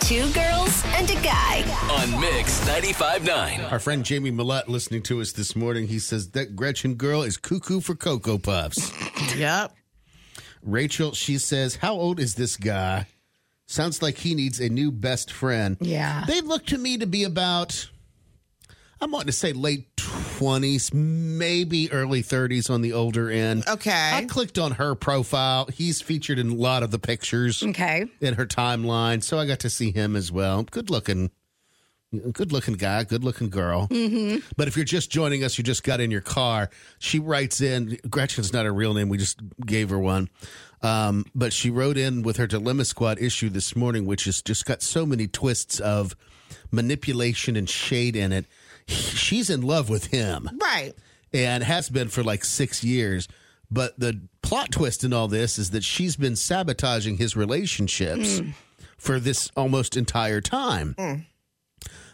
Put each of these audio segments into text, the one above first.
Two girls and a guy. on Mix 95.9. Our friend Jamie Millett listening to us this morning, he says that Gretchen girl is cuckoo for Cocoa Puffs. Yep. Rachel, she says, How old is this guy? Sounds like he needs a new best friend. Yeah. They look to me to be about, I'm wanting to say late 20s, maybe early 30s on the older end. Okay. I clicked on her profile. He's featured in a lot of the pictures Okay. in her timeline. So I got to see him as well. Good looking, good looking guy, good looking girl. Mm-hmm. But if you're just joining us, you just got in your car. She writes in. Gretchen's not her real name. We just gave her one. Um, but she wrote in with her Dilemma Squad issue this morning, which has just got so many twists of manipulation and shade in it. She's in love with him Right. and has been for like six years. But the plot twist in all this is that she's been sabotaging his relationships for this almost entire time.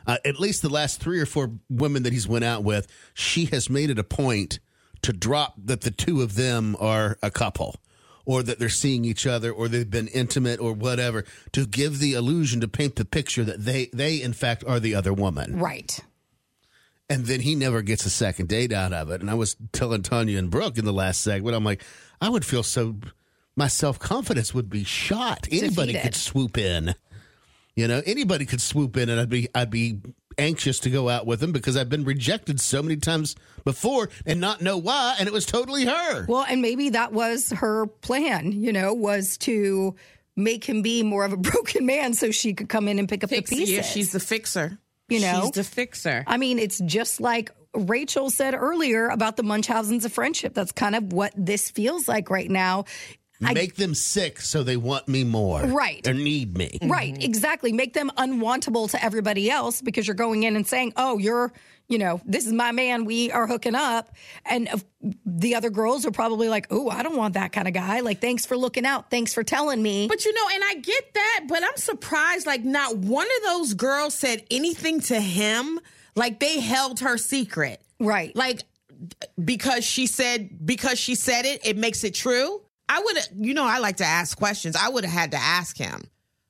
Uh, at least the last three or four women that he's went out with, she has made it a point to drop that the two of them are a couple. Or that they're seeing each other, or they've been intimate, or whatever, to give the illusion to paint the picture that they they in fact are the other woman Right. and then he never gets a second date out of it. And I was telling Tanya and Brooke in the last segment, I'm like, I would feel so, my self confidence would be shot. Anybody Defeated. could swoop in, you know, anybody could swoop in, and I'd be, I'd be anxious to go out with him because I've been rejected so many times before and not know why, and it was totally her. Well, and maybe that was her plan, you know, was to make him be more of a broken man so she could come in and pick up the Fixie, pieces. yeah, she's the fixer. You know? she's the fixer. I mean, it's just like Rachel said earlier about the Munchausen's of friendship. That's kind of what this feels like right now. Make them sick so they want me more, Right. Or need me. Mm-hmm. Right, exactly. Make them unwantable to everybody else because you're going in and saying, "Oh, you're, you know, this is my man. We are hooking up." And of- the other girls are probably like, "Oh, I don't want that kind of guy. Like, thanks for looking out. Thanks for telling me." But you know, and I get that, but I'm surprised like not one of those girls said anything to him. Like they held her secret. right. Like because she said because she said it, it makes it true. I would you know, I like to ask questions. I would have had to ask him.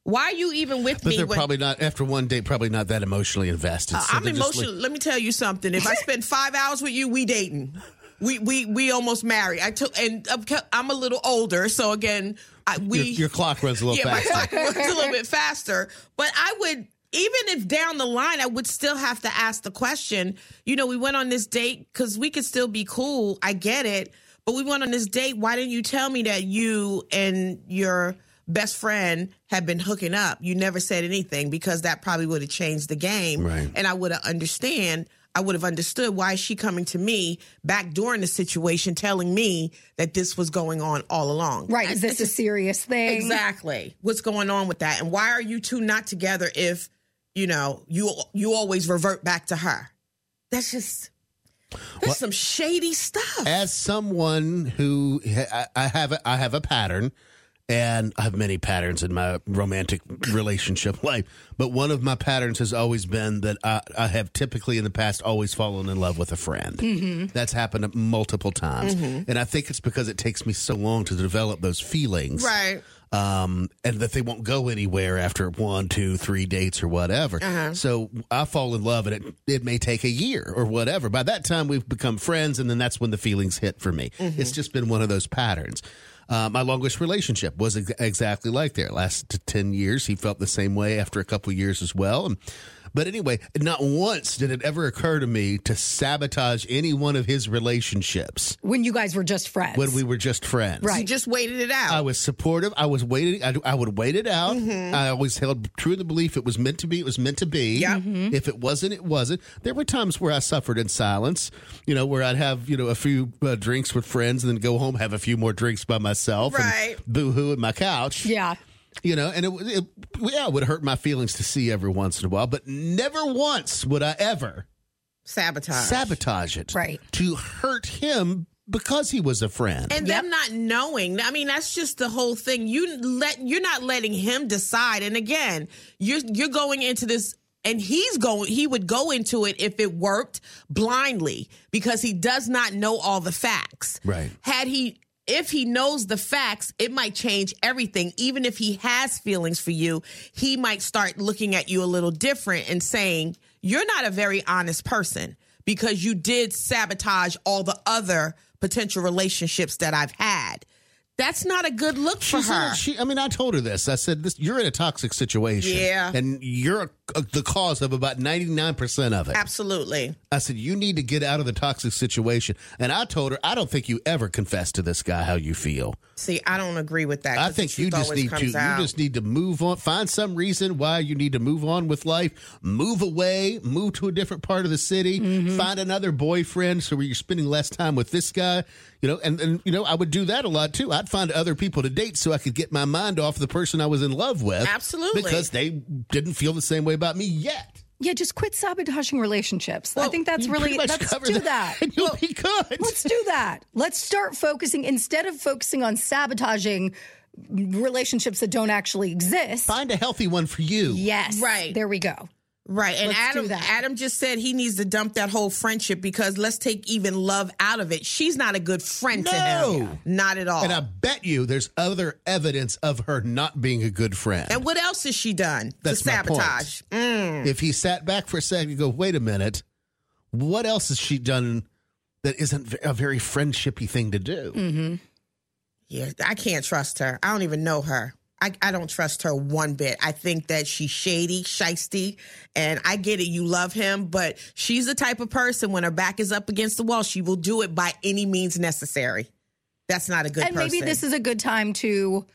Why are you even with But me they're when- Uh, probably not after one date. Probably not that emotionally invested. so I'm they're just like- emotional. Let me tell you something. If I spend five hours with you, we dating. We we we almost married. I took and I'm ca- I'm a little older, so again, I, we your, your clock runs a little yeah, my faster. clock works a little bit faster. But I would, even if down the line, I would still have to ask the question. You know, we went on this date because we could still be cool. I get it, but we went on this date. Why didn't you tell me that you and your best friend had been hooking up? You never said anything because that probably would have changed the game, Right. and I would have understand. I would have understood why is she coming to me back during the situation, telling me that this was going on all along. right. I- Is this a serious thing? Exactly. What's going on with that? And why are you two not together if, you know, you you always revert back to her? That's just that's some shady stuff. as someone who I, I have a, I have a pattern and I have many patterns in my romantic relationship life, but one of my patterns has always been that I, I have typically in the past always fallen in love with a friend. That's happened multiple times, and I think it's because it takes me so long to develop those feelings, right. um, and that they won't go anywhere after one, two, three dates or whatever. So I fall in love, and it it may take a year or whatever. By that time, we've become friends, and then that's when the feelings hit for me. It's just been one of those patterns. Uh, my longest relationship was ex- exactly like there. Last t- ten years, he felt the same way after a couple years as well. And, but anyway, not once did it ever occur to me to sabotage any one of his relationships When you guys were just friends. when we were just friends. Right. You just waited it out. I was supportive. I was waiting. I, I would wait it out. Mm-hmm. I always held true to the belief it was meant to be. It was meant to be. Mm-hmm. Yeah. If it wasn't, it wasn't. There were times where I suffered in silence. You know, where I'd have you know a few uh, drinks with friends and then go home, have a few more drinks by myself, Right. and boo-hoo in my couch. yeah. You know, and it, w- it yeah it would hurt my feelings to see every once in a while, but never once would I ever Sabotage. sabotage it. Right. To hurt him because he was a friend. and them not knowing. I mean, that's just the whole thing. You let you're not letting him decide. And again, you're you're going into this and he's going he would go into it if it worked blindly because he does not know all the facts. Right. Had he if he knows the facts, it might change everything. Even if he has feelings for you, he might start looking at you a little different and saying, You're not a very honest person because you did sabotage all the other potential relationships that I've had. That's not a good look for She's in her. a- she, I mean, I told her this. I said, "This, you're in a toxic situation, Yeah. and you're a, the cause of about ninety nine percent of it." Absolutely. I said, "You need to get out of the toxic situation." And I told her, "I don't think you ever confess to this guy how you feel. See, I don't agree with that. I 'cause the think you truth just always need to. comes out. You just need to move on. Find some reason why you need to move on with life. Move away. Move to a different part of the city. Mm-hmm. Find another boyfriend so where you're spending less time with this guy. You know, and and you know, I would do that a lot too. I'd find other people to date so I could get my mind off the person I was in love with. Absolutely. because they didn't feel the same way about me yet. Yeah, just quit sabotaging relationships. I Well, think that's you really pretty much let's covered do that. and you'll be good. Let's do that. Let's start focusing instead of focusing on sabotaging relationships that don't actually exist. Find a healthy one for you. Yes. Right. There we go. Right. And Let's do Adam that. Adam just said he needs to dump that whole friendship because let's take even love out of it. She's not a good friend to No. him. Not at all. And I bet you there's other evidence of her not being a good friend. And what else has she done That's to my point. sabotage? if he sat back for a second and go, wait a minute, what else has she done that isn't a very friendshipy thing to do? Mm. Yeah, I can't trust her. I don't even know her. I, I don't trust her one bit. I think that she's shady, shisty, and I get it. You love him, but she's the type of person when her back is up against the wall, she will do it by any means necessary. That's not a good and person. maybe this is a good time to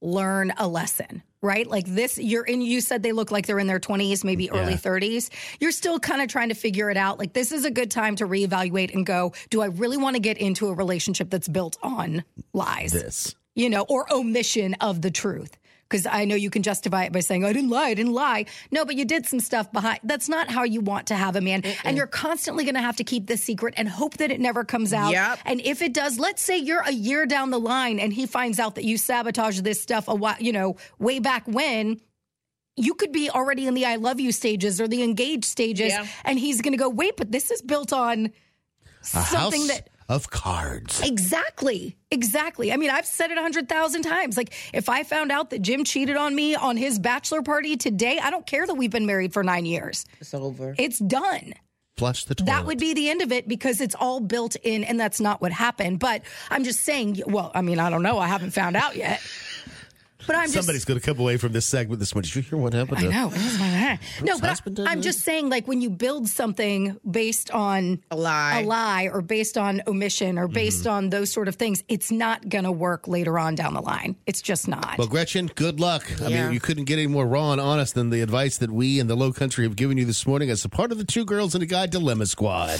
learn a lesson right like this you're in you said they look like they're in their 20s maybe early 30s you're still kind of trying to figure it out like this is a good time to reevaluate and go do i really want to get into a relationship that's built on lies This. you know or omission of the truth because i know you can justify it by saying "Oh, i didn't lie i didn't lie no but you did some stuff behind that's not how you want to have a man and you're constantly going to have to keep this secret and hope that it never comes out Yep. and if it does, let's say you're a year down the line and he finds out that you sabotaged this stuff a while, you know, way back when, you could be already in the I love you stages or the engaged stages. Yeah. And he's going to go, wait, but this is built on A something house that. of cards. Exactly. Exactly. I mean, I've said it a hundred thousand times. Like, if I found out that Jim cheated on me on his bachelor party today, I don't care that we've been married for nine years. it's over. It's done. Flush the toilet. That would be the end of it because it's all built in, and that's not what happened. But I'm just saying. Well, I mean, I don't know. I haven't found out yet. But I'm just. Somebody's going to come away from this segment this morning. Did you hear what happened? I to- know. no, but husband I, did I'm this? just saying, like when you build something based on A lie. Mm-hmm. a lie, or based on omission, or based on those sort of things, it's not going to work later on down the line. It's just not. Well, Gretchen, good luck. I Yeah. mean, you couldn't get any more raw and honest than the advice that we and the Low Country have given you this morning as a part of the Two Girls and a Guy Dilemma Squad.